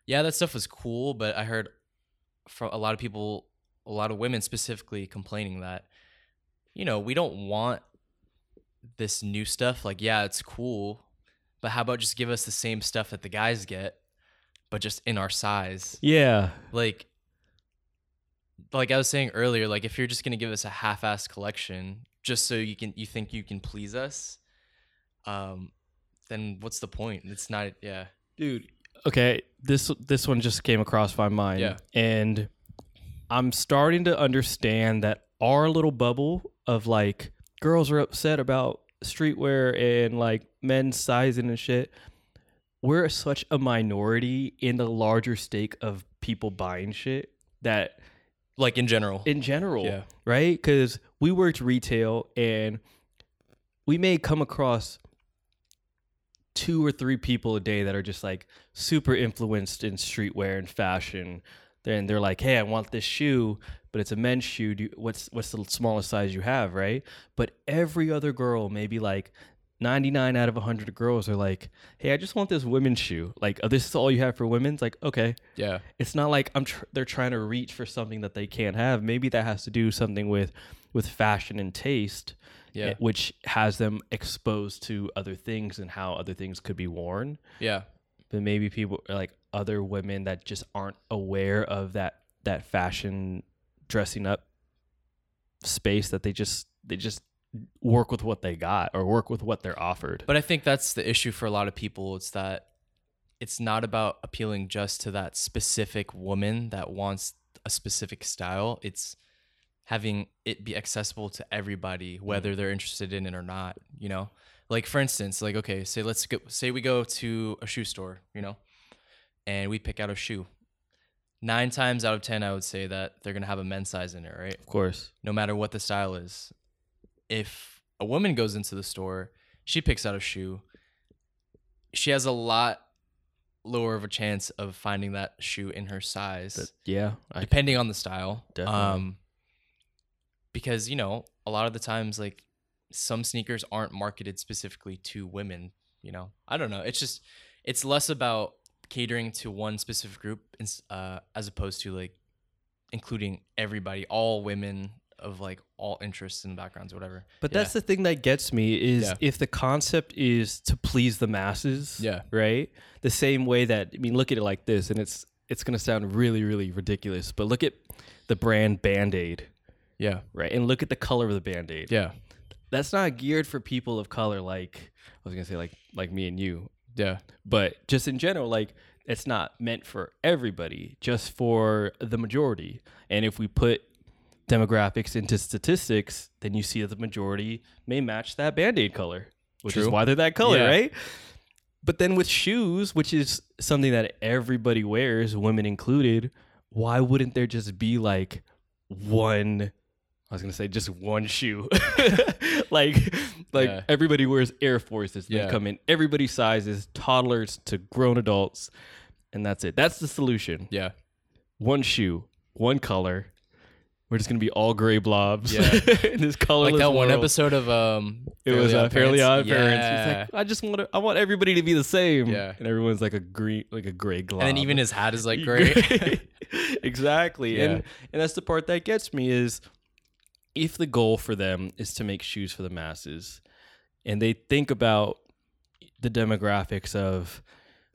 Speaker 3: yeah, that stuff was cool, but I heard from a lot of people, a lot of women specifically complaining that, you know, we don't want this new stuff. Like, yeah, it's cool, but how about just give us the same stuff that the guys get, but just in our size?
Speaker 2: Yeah.
Speaker 3: Like, like I was saying earlier, like if you're just gonna give us a half-ass collection just so you can you think you can please us, um, then what's the point? It's not yeah
Speaker 2: dude okay this this one just came across my mind
Speaker 3: Yeah.
Speaker 2: and i'm starting to understand that our little bubble of like girls are upset about streetwear and like men's sizing and shit we're such a minority in the larger stake of people buying shit that
Speaker 3: like in general.
Speaker 2: in general,
Speaker 3: Yeah.
Speaker 2: right? Because we worked retail and we may come across two or three people a day that are just like super influenced in streetwear and fashion. Then they're like, "Hey, I want this shoe, but it's a men's shoe. Do you, what's what's the smallest size you have, right?" But every other girl, maybe like 99 out of 100 girls are like, "Hey, I just want this women's shoe. Like, oh, this is all you have for women's." Like, okay,
Speaker 3: yeah,
Speaker 2: it's not like I'm tr- they're trying to reach for something that they can't have. Maybe that has to do something with with fashion and taste,
Speaker 3: Yeah.
Speaker 2: eh, which has them exposed to other things and how other things could be worn.
Speaker 3: yeah,
Speaker 2: But maybe people or like other women that just aren't aware of that that fashion dressing up space that they just they just work with what they got or work with what they're offered.
Speaker 3: But I think that's the issue for a lot of people. It's that it's not about appealing just to that specific woman that wants a specific style. It's having it be accessible to everybody, whether they're interested in it or not. You know, like for instance, like okay, say let's go, say we go to a shoe store, you know, and we pick out a shoe. nine times out of ten, I would say that they're gonna have a men's size in it, right?
Speaker 2: Of course.
Speaker 3: No matter what the style is. If a woman goes into the store, she picks out a shoe. She has a lot lower of a chance of finding that shoe in her size,
Speaker 2: That- yeah. I,
Speaker 3: depending on the style.
Speaker 2: Definitely.
Speaker 3: Um, because you know, a lot of the times, like some sneakers aren't marketed specifically to women. You know, I don't know. It's just it's less about catering to one specific group ins- uh, as opposed to like including everybody, all women of like all interests and backgrounds, whatever.
Speaker 2: but
Speaker 3: Yeah.
Speaker 2: that's the thing that gets me is
Speaker 3: Yeah.
Speaker 2: if the concept is to please the masses.
Speaker 3: Yeah.
Speaker 2: Right. The same way that I mean, look at it like this, and it's it's gonna sound really really ridiculous, but look at the brand Band Aid,
Speaker 3: Yeah,
Speaker 2: right? And look at the color of the Band Aid.
Speaker 3: yeah,
Speaker 2: That's not geared for people of color, like I was gonna say, like like me and you,
Speaker 3: yeah,
Speaker 2: but just in general like it's not meant for everybody just for the majority and if we put demographics into statistics then you see that the majority may match that band-aid color which is
Speaker 3: True.
Speaker 2: why they're that color
Speaker 3: Yeah.
Speaker 2: right but then with shoes which is something that everybody wears women included why wouldn't there just be like one I was gonna say just one shoe, like like
Speaker 3: Yeah.
Speaker 2: everybody wears Air Forces. They
Speaker 3: Yeah.
Speaker 2: come in everybody sizes, toddlers to grown adults, and that's it. That's the solution.
Speaker 3: yeah.
Speaker 2: One shoe, one color. We're just gonna be all gray blobs.
Speaker 3: Yeah.
Speaker 2: in this colorless
Speaker 3: Like that one
Speaker 2: world.
Speaker 3: episode of um,
Speaker 2: It was uh, fairly odd parents.
Speaker 3: Yeah.
Speaker 2: He's like, I just want to, I want everybody to be the same.
Speaker 3: Yeah.
Speaker 2: and everyone's like a green, like a gray glob.
Speaker 3: and then even his hat is like
Speaker 2: Great,
Speaker 3: great.
Speaker 2: exactly.
Speaker 3: Yeah.
Speaker 2: And and that's the part that gets me is if the goal for them is to make shoes for the masses and they think about the demographics of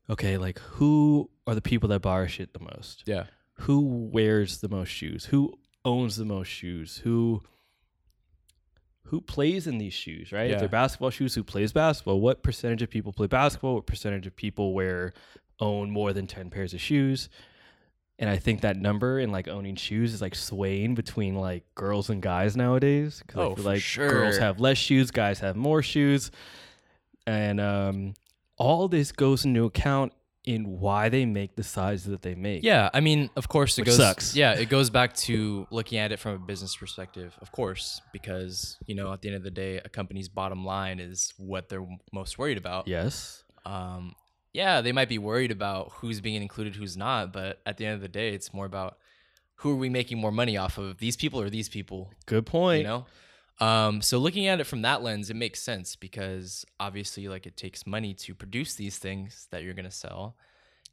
Speaker 2: okay, like who are the people that buy our shit the most?
Speaker 3: yeah,
Speaker 2: Who wears the most shoes? Who owns the most shoes? Who who plays in these shoes, right?
Speaker 3: Yeah.
Speaker 2: If they're basketball shoes, who plays basketball? What percentage of people play basketball? What percentage of people wear own more than 10 pairs of shoes? And I think that number in like owning shoes is like swaying between like girls and guys nowadays. 'Cause
Speaker 3: Oh,
Speaker 2: I
Speaker 3: for
Speaker 2: feel like
Speaker 3: sure.
Speaker 2: girls have less shoes, guys have more shoes. And um, all this goes into account in why they make the sizes that they make.
Speaker 3: yeah. I mean, of course, it
Speaker 2: Which
Speaker 3: goes.
Speaker 2: sucks.
Speaker 3: Yeah, it goes back to looking at it from a business perspective, of course, because you know, at the end of the day, a company's bottom line is what they're most worried about.
Speaker 2: Yes.
Speaker 3: Um, yeah, they might be worried about who's being included, who's not, but at the end of the day, it's more about who are we making more money off of? These people or these people?
Speaker 2: Good point.
Speaker 3: you know um, so looking at it from that lens it makes sense because obviously like it takes money to produce these things that you're going to sell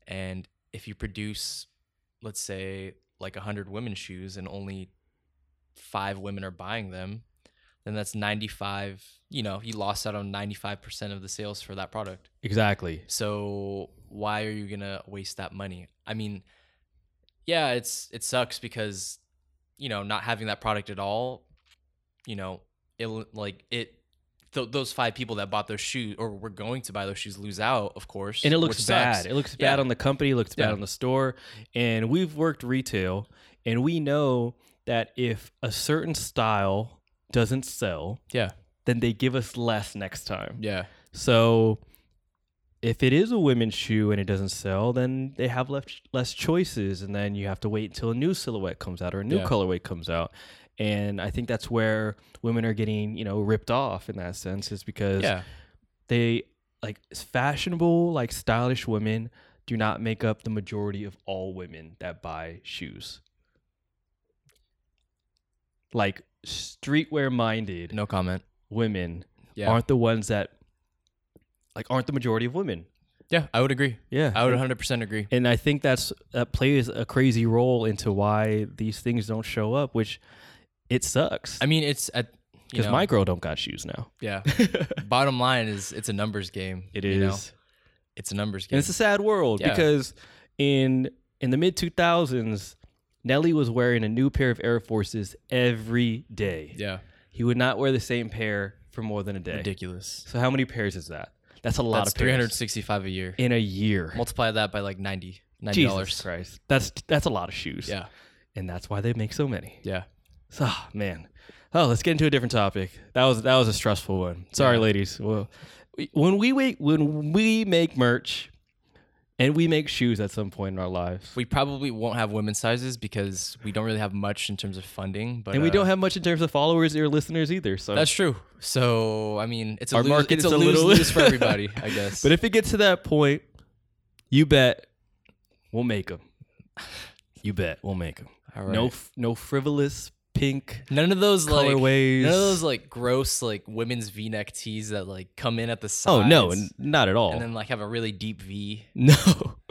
Speaker 3: and if you produce let's say like 100 women's shoes and only five women are buying them then that's 95 you know you lost out on 95% of the sales for that product
Speaker 2: Exactly.
Speaker 3: so why are you gonna waste that money? I mean, yeah, it's it sucks because you know not having that product at all, you know, it like it. Th- those five people that bought those shoes or were going to buy those shoes lose out, of course,
Speaker 2: And it
Speaker 3: which
Speaker 2: looks bad.
Speaker 3: sucks.
Speaker 2: It looks
Speaker 3: Yeah.
Speaker 2: bad on the company, it looks bad
Speaker 3: Yeah.
Speaker 2: on the store. And we've worked retail and we know that if a certain style doesn't sell,
Speaker 3: Yeah,
Speaker 2: then they give us less next time.
Speaker 3: yeah,
Speaker 2: So if it is a women's shoe and it doesn't sell, then they have left less choices, and then you have to wait until a new silhouette comes out or a new
Speaker 3: Yeah.
Speaker 2: colorway comes out. And I think that's where women are getting, you know, ripped off in that sense, is because
Speaker 3: yeah,
Speaker 2: they like fashionable, like stylish women do not make up the majority of all women that buy shoes. Like streetwear minded
Speaker 3: no comment.
Speaker 2: women
Speaker 3: Yeah,
Speaker 2: aren't the ones that like aren't the majority of women.
Speaker 3: yeah, I would agree.
Speaker 2: Yeah.
Speaker 3: I would 100 percent agree.
Speaker 2: and I think that's that plays a crazy role into why these things don't show up, which it sucks.
Speaker 3: I mean, it's at you
Speaker 2: Because
Speaker 3: know,
Speaker 2: my girl don't got shoes now.
Speaker 3: yeah. Bottom line is, it's a numbers game.
Speaker 2: It is.
Speaker 3: you know? It's a numbers game.
Speaker 2: And it's a sad world
Speaker 3: Yeah.
Speaker 2: because in in the mid 2000s, Nelly was wearing a new pair of Air Forces every day.
Speaker 3: yeah,
Speaker 2: He would not wear the same pair for more than a day.
Speaker 3: ridiculous.
Speaker 2: So how many pairs is that? That's a lot
Speaker 3: That's
Speaker 2: of pairs
Speaker 3: 365 a year.
Speaker 2: in a year.
Speaker 3: Multiply that by like 90 90
Speaker 2: Jesus
Speaker 3: dollars.
Speaker 2: Christ. That's that's a lot of shoes.
Speaker 3: Yeah,
Speaker 2: And that's why they make so many.
Speaker 3: yeah.
Speaker 2: So ah, man. Oh, let's get into a different topic. That was that was a stressful one. Sorry, ladies. Well, we- when we make when we make merch And we make shoes at some point in our lives.
Speaker 3: We probably won't have women's sizes because we don't really have much in terms of funding. But
Speaker 2: and we
Speaker 3: uh,
Speaker 2: don't have much in terms of followers or listeners either. So
Speaker 3: That's true. So I mean, it's a
Speaker 2: Our
Speaker 3: lose,
Speaker 2: market
Speaker 3: it's
Speaker 2: is
Speaker 3: a,
Speaker 2: a
Speaker 3: lose,
Speaker 2: little-
Speaker 3: lose for everybody, I guess.
Speaker 2: But if it gets to that point, you bet we'll make them. You bet we'll make them.
Speaker 3: All
Speaker 2: No,
Speaker 3: right.
Speaker 2: f- no frivolous pink
Speaker 3: none of those like
Speaker 2: colorways.
Speaker 3: none of those like gross like women's V-neck tees that like come in at the side.
Speaker 2: oh no, n- not at all.
Speaker 3: and then like have a really deep V.
Speaker 2: no.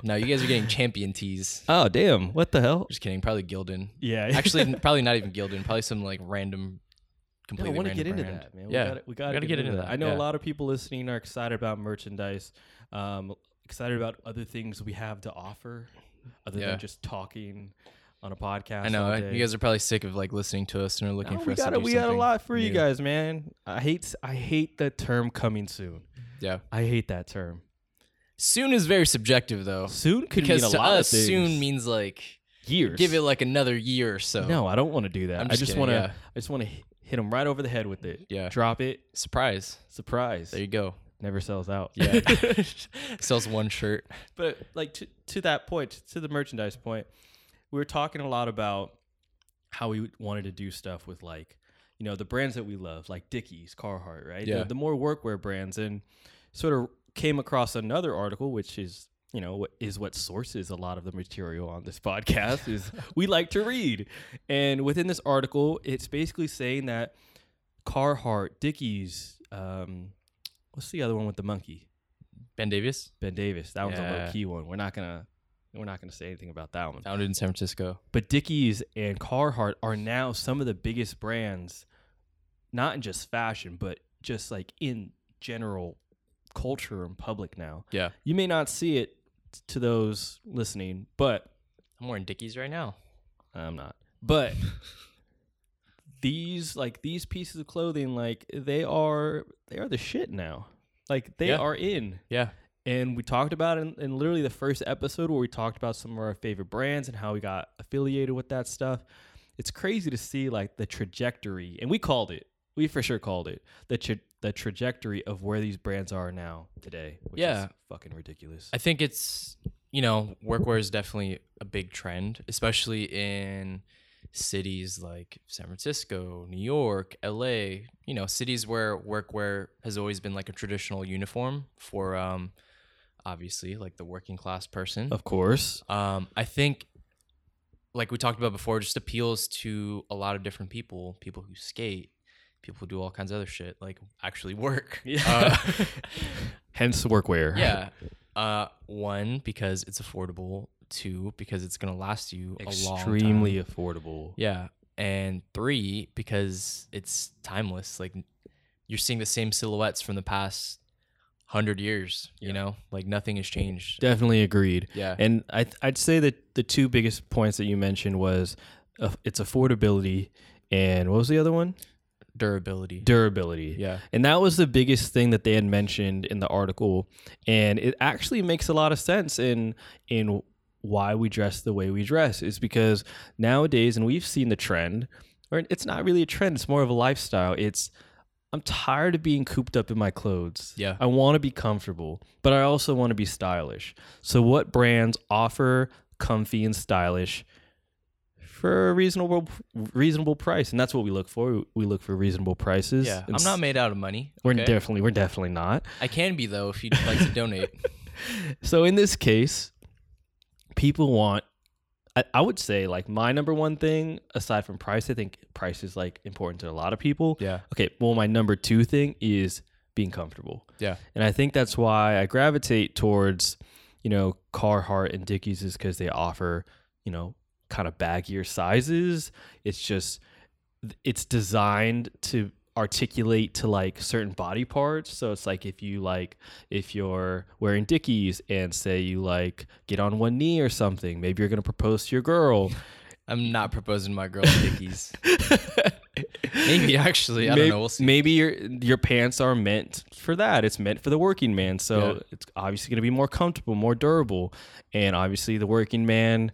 Speaker 3: No, you guys are getting champion tees.
Speaker 2: Oh damn! What the hell?
Speaker 3: Just kidding. Probably Gildan.
Speaker 2: Yeah.
Speaker 3: Actually, n- probably not even Gildan. Probably some like random.
Speaker 2: No, I
Speaker 3: Completely
Speaker 2: want to
Speaker 3: random
Speaker 2: get into
Speaker 3: brand.
Speaker 2: that, man.
Speaker 3: yeah,
Speaker 2: we gotta, we gotta, get, into that. I know
Speaker 3: yeah.
Speaker 2: a lot of people listening are excited about merchandise, um, excited about other things we have to offer, other
Speaker 3: Yeah.
Speaker 2: than just talking on a podcast.
Speaker 3: I know
Speaker 2: all
Speaker 3: uh,
Speaker 2: day.
Speaker 3: you guys are probably sick of like listening to us and are looking
Speaker 2: No,
Speaker 3: for
Speaker 2: we
Speaker 3: us to
Speaker 2: got
Speaker 3: do
Speaker 2: it. We got a
Speaker 3: something
Speaker 2: lot for you
Speaker 3: new.
Speaker 2: guys, man. I hate s- I hate the term coming soon.
Speaker 3: Yeah,
Speaker 2: I hate that term.
Speaker 3: soon is very subjective though.
Speaker 2: Soon could
Speaker 3: because
Speaker 2: mean a
Speaker 3: to
Speaker 2: lot
Speaker 3: us,
Speaker 2: of things.
Speaker 3: soon means like
Speaker 2: years.
Speaker 3: give it like another year or so.
Speaker 2: no, I don't want to do that.
Speaker 3: I'm
Speaker 2: I
Speaker 3: just
Speaker 2: just
Speaker 3: kidding,
Speaker 2: want to.
Speaker 3: yeah.
Speaker 2: I just want to hit them right over the head with it.
Speaker 3: Yeah.
Speaker 2: Drop it.
Speaker 3: surprise.
Speaker 2: Surprise.
Speaker 3: There you go.
Speaker 2: Never sells out.
Speaker 3: Yeah, sells one shirt.
Speaker 2: but like to, to that point to the merchandise point we were talking a lot about how we wanted to do stuff with like you know the brands that we love like dickies carhartt right
Speaker 3: Yeah.
Speaker 2: the, the more workwear brands and sort of came across another article which is you know what is what sources a lot of the material on this podcast is we like to read and within this article it's basically saying that carhartt dickies um, what's the other one with the monkey
Speaker 3: Ben Davis
Speaker 2: Ben Davis. That one's a
Speaker 3: Yeah.
Speaker 2: low key one. We're not gonna we're not gonna say anything about that one.
Speaker 3: founded in San Francisco.
Speaker 2: But Dickies and Carhartt are now some of the biggest brands, not in just fashion, but just like in general culture and public now.
Speaker 3: Yeah,
Speaker 2: You may not see it t- to those listening, but
Speaker 3: I'm wearing Dickies right now.
Speaker 2: I'm not. But these like these pieces of clothing, like they are they are the shit now. Like they
Speaker 3: Yeah.
Speaker 2: are in.
Speaker 3: Yeah,
Speaker 2: And we talked about it in, in literally the first episode where we talked about some of our favorite brands and how we got affiliated with that stuff. It's crazy to see like the trajectory, and we called it. We for sure called it the tra- the trajectory of where these brands are now today. Which
Speaker 3: Yeah.
Speaker 2: is fucking ridiculous.
Speaker 3: I think it's you know workwear is definitely a big trend, especially in cities like San Francisco, New York, LA. You know, cities where workwear has always been like a traditional uniform for um, obviously like the working class person.
Speaker 2: of course,
Speaker 3: Um, I think, like we talked about before, just appeals to a lot of different people. People who skate, people who do all kinds of other shit, like actually work.
Speaker 2: Yeah.
Speaker 3: Uh,
Speaker 2: hence workwear.
Speaker 3: yeah. Uh, one because it's affordable. Two because it's gonna last you a long
Speaker 2: extremely
Speaker 3: time.
Speaker 2: affordable.
Speaker 3: Yeah, and three because it's timeless. Like you're seeing the same silhouettes from the past hundred years.
Speaker 2: Yeah.
Speaker 3: You know, like nothing has changed.
Speaker 2: Definitely agreed.
Speaker 3: Yeah.
Speaker 2: And I th- I'd say that the two biggest points that you mentioned was uh, its affordability and what was the other one?
Speaker 3: durability.
Speaker 2: Durability.
Speaker 3: yeah.
Speaker 2: And that was the biggest thing that they had mentioned in the article. And it actually makes a lot of sense in in why we dress the way we dress is because nowadays, and we've seen the trend, or it's not really a trend, it's more of a lifestyle. It's I'm tired of being cooped up in my clothes.
Speaker 3: Yeah.
Speaker 2: I want to be comfortable, but I also want to be stylish. So what brands offer comfy and stylish for a reasonable reasonable price? And that's what we look for. We look for reasonable prices.
Speaker 3: Yeah,
Speaker 2: and
Speaker 3: I'm not made out of money.
Speaker 2: we're
Speaker 3: okay?
Speaker 2: definitely we're definitely not.
Speaker 3: I can be though if you'd like to donate.
Speaker 2: So in this case, people want I, I would say like my number one thing, aside from price, I think price is like important to a lot of people.
Speaker 3: Yeah,
Speaker 2: Okay, well my number two thing is being comfortable.
Speaker 3: yeah,
Speaker 2: And I think that's why I gravitate towards, you know, Carhartt and Dickies is because they offer, you know, kind of baggier sizes. It's just, it's designed to articulate to like certain body parts. So it's like if you like, if you're wearing Dickies and say you like get on one knee or something, maybe you're going to propose to your girl.
Speaker 3: I'm not proposing to my girl Dickies. Maybe actually, I
Speaker 2: maybe,
Speaker 3: don't know. We'll see.
Speaker 2: maybe your your pants are meant for that. It's meant for the working man. So
Speaker 3: Yeah.
Speaker 2: it's obviously going to be more comfortable, more durable, and obviously the working man.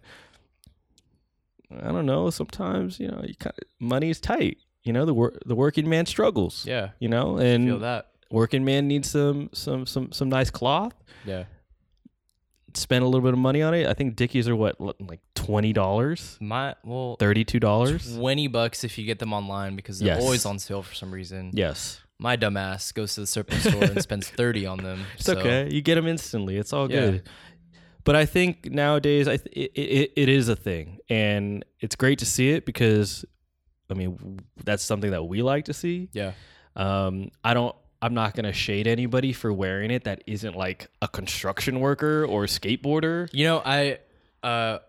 Speaker 2: I don't know. Sometimes you know, you kind of, money is tight. You know, the wor- the working man struggles.
Speaker 3: Yeah,
Speaker 2: You know,
Speaker 3: feel
Speaker 2: and
Speaker 3: that.
Speaker 2: working man needs some some some some nice cloth.
Speaker 3: Yeah,
Speaker 2: spend a little bit of money on it. I think Dickies are what l- like twenty dollars,
Speaker 3: My well,
Speaker 2: thirty two dollars.
Speaker 3: twenty bucks if you get them online because they're
Speaker 2: Yes.
Speaker 3: always on sale for some reason.
Speaker 2: Yes,
Speaker 3: My dumbass goes to the surplus store and spends thirty on them.
Speaker 2: it's okay. You get them instantly. It's all
Speaker 3: Yeah.
Speaker 2: good. But I think nowadays, I th- it, it it is a thing, and it's great to see it because, I mean, w- that's something that we like to see.
Speaker 3: Yeah.
Speaker 2: Um, I don't. I'm not gonna shade anybody for wearing it that isn't like a construction worker or skateboarder.
Speaker 3: You know, I uh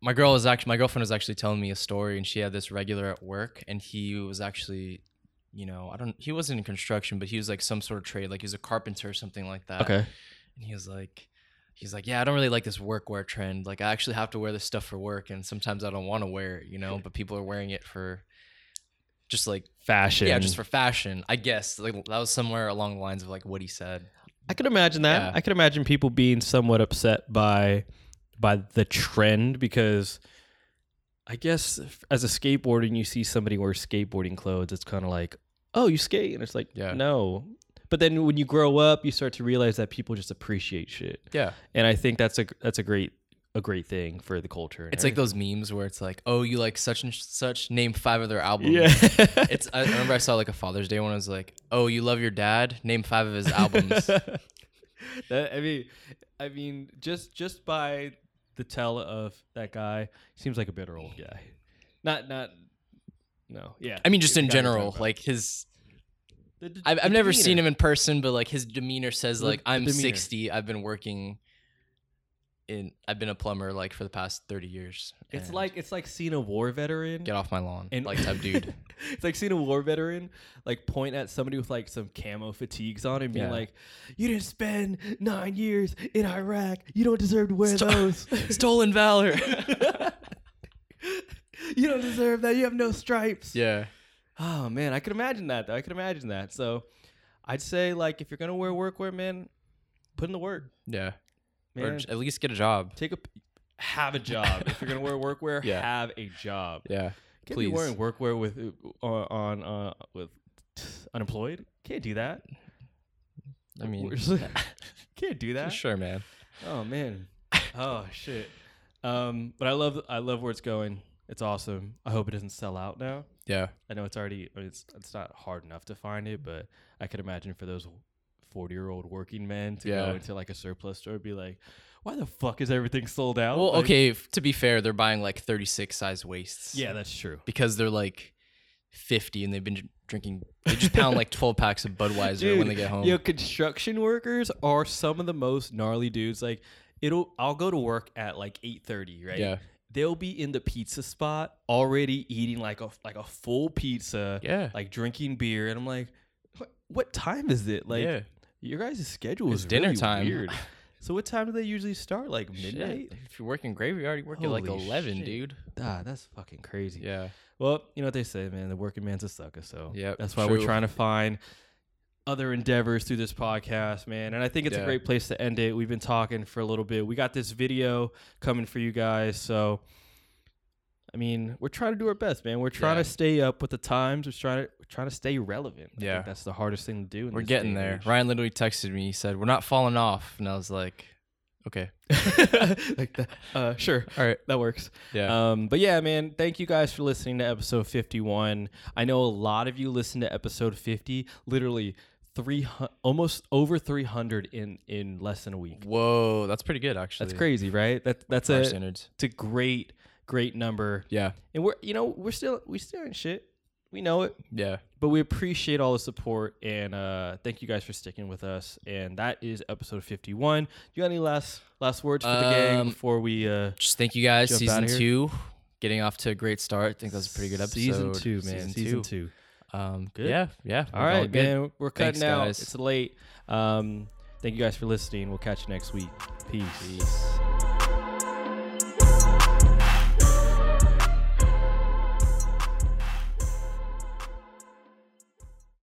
Speaker 3: my girl was actually my girlfriend was actually telling me a story and she had this regular at work and he was actually you know, I don't he wasn't in construction, but he was like some sort of trade, like he was a carpenter or something like that.
Speaker 2: Okay.
Speaker 3: And he was like he's like, Yeah, I don't really like this workwear trend. Like I actually have to wear this stuff for work and sometimes I don't want to wear it, you know, but people are wearing it for just like
Speaker 2: Fashion.
Speaker 3: yeah, just for fashion. I guess like that was somewhere along the lines of like what he said.
Speaker 2: I can imagine that.
Speaker 3: Yeah.
Speaker 2: I can imagine people being somewhat upset by by the trend because I guess if- as a skateboarder and you see somebody wear skateboarding clothes, it's kind of like, oh, you skate, and it's like,
Speaker 3: Yeah.
Speaker 2: no. But then when you grow up, you start to realize that people just appreciate shit,
Speaker 3: Yeah.
Speaker 2: and I think that's a that's a great a great thing for the culture. and
Speaker 3: It's like those memes where it's like, oh, you like such and such, name five of their albums.
Speaker 2: everything. yeah.
Speaker 3: It's I remember I saw like a Father's Day one. I was like, oh, you love your dad, name five of his albums.
Speaker 2: That- I mean, I mean, just just by the tell of that guy, he seems like a bitter old guy. Not not. No, yeah.
Speaker 3: I mean, just in
Speaker 2: The guy we're talking
Speaker 3: general,
Speaker 2: about.
Speaker 3: like his.
Speaker 2: The d-
Speaker 3: I've,
Speaker 2: the
Speaker 3: I've never seen
Speaker 2: demeanor.
Speaker 3: him in person, but like his demeanor says,
Speaker 2: The-
Speaker 3: like
Speaker 2: the
Speaker 3: I'm
Speaker 2: demeanor.
Speaker 3: 60. I've been working. In I've been a plumber like for the past 30 years.
Speaker 2: It's
Speaker 3: and
Speaker 2: like it's like seeing a war veteran
Speaker 3: get off my lawn, like type dude.
Speaker 2: it's like seeing a war veteran like point at somebody with like some camo fatigues on and being
Speaker 3: Yeah.
Speaker 2: like, "You didn't spend nine years in Iraq. You don't deserve to wear
Speaker 3: Stop.
Speaker 2: those."
Speaker 3: Stolen valor.
Speaker 2: You don't deserve that. You have no stripes.
Speaker 3: yeah.
Speaker 2: Oh man, I could imagine that though. I could imagine that. So I'd say like if you're gonna wear workwear, man, put in the work.
Speaker 3: Yeah. Or
Speaker 2: Man,
Speaker 3: j- uh, at least get a job.
Speaker 2: take a have a job. if you're gonna wear workwear,
Speaker 3: Yeah.
Speaker 2: have a job.
Speaker 3: Yeah.
Speaker 2: Can't
Speaker 3: please.
Speaker 2: be wearing workwear with uh, on uh, with unemployed. Can't do that.
Speaker 3: I mean,
Speaker 2: can't do that.
Speaker 3: sure, man.
Speaker 2: Oh man. Oh shit. Um, but I love I love where it's going. It's awesome. I hope it doesn't sell out now.
Speaker 3: Yeah.
Speaker 2: I know it's already I mean, it's it's not hard enough to find it, but I could imagine for those forty year old working men to
Speaker 3: Yeah.
Speaker 2: go into like a surplus store and be like, "Why the fuck is everything sold out?"
Speaker 3: Well,
Speaker 2: Like-
Speaker 3: okay. f- To be fair, they're buying like 36 size waists.
Speaker 2: yeah, that's true.
Speaker 3: because they're like 50 and they've been dr- drinking. They just pound like 12 packs of Budweiser when they get home.
Speaker 2: yo, construction workers are some of the most gnarly dudes. Like, it'll I'll go to work at like eight thirty, right?
Speaker 3: Yeah.
Speaker 2: they'll be in the pizza spot already eating like a like a full pizza,
Speaker 3: Yeah.
Speaker 2: like drinking beer, and I'm like, what, what time is it? Like,
Speaker 3: yeah.
Speaker 2: Your guys' schedule
Speaker 3: It's
Speaker 2: is
Speaker 3: dinner
Speaker 2: really
Speaker 3: time.
Speaker 2: Weird. So what time do they usually start? Like
Speaker 3: Shit,
Speaker 2: midnight?
Speaker 3: If you're working graveyard, you work at like
Speaker 2: Holy
Speaker 3: 11,
Speaker 2: shit.
Speaker 3: dude.
Speaker 2: Ah, that's fucking crazy.
Speaker 3: Yeah.
Speaker 2: Well, you know what they say, man. The working man's a sucker. So
Speaker 3: Yep,
Speaker 2: that's why
Speaker 3: true.
Speaker 2: we're trying to find other endeavors through this podcast, man. And I think it's
Speaker 3: Yeah.
Speaker 2: a great place to end it. We've been talking for a little bit. We got this video coming for you guys. So, I mean, we're trying to do our best, man. We're trying
Speaker 3: Yeah.
Speaker 2: to stay up with the times. We're trying to we're trying to stay relevant. I
Speaker 3: Yeah.
Speaker 2: think that's the hardest thing to do. In
Speaker 3: We're
Speaker 2: this
Speaker 3: getting
Speaker 2: day and
Speaker 3: there.
Speaker 2: age.
Speaker 3: Ryan literally texted me. He said, We're not falling off. And I was like, Okay.
Speaker 2: like that. Uh, sure,
Speaker 3: All right.
Speaker 2: that works.
Speaker 3: Yeah.
Speaker 2: Um, but yeah, man, thank you guys for listening to episode 51. I know a lot of you listened to episode 50, literally three hu- almost over 300 in in less than a week.
Speaker 3: Whoa. That's pretty good, actually.
Speaker 2: That's crazy, right? That that's
Speaker 3: for our
Speaker 2: a
Speaker 3: standards.
Speaker 2: it's a great great number.
Speaker 3: Yeah.
Speaker 2: And we're you know, we're still we still in shit. We know it,
Speaker 3: Yeah.
Speaker 2: but we appreciate all the support and uh thank you guys for sticking with us. And that is episode 51. You got any last last words for the gang
Speaker 3: Um,
Speaker 2: before we uh
Speaker 3: Just thank you guys.
Speaker 2: Jump
Speaker 3: season
Speaker 2: outta here.
Speaker 3: two, getting off to a great start. I think that was a pretty good episode.
Speaker 2: Season 2, man. Season,
Speaker 3: two.
Speaker 2: 2.
Speaker 3: Um,
Speaker 2: Good.
Speaker 3: Yeah, yeah.
Speaker 2: All right,
Speaker 3: good.
Speaker 2: man. We're cutting
Speaker 3: Thanks,
Speaker 2: out.
Speaker 3: guys.
Speaker 2: It's late. Um, thank you guys for listening. We'll catch you next week. Peace.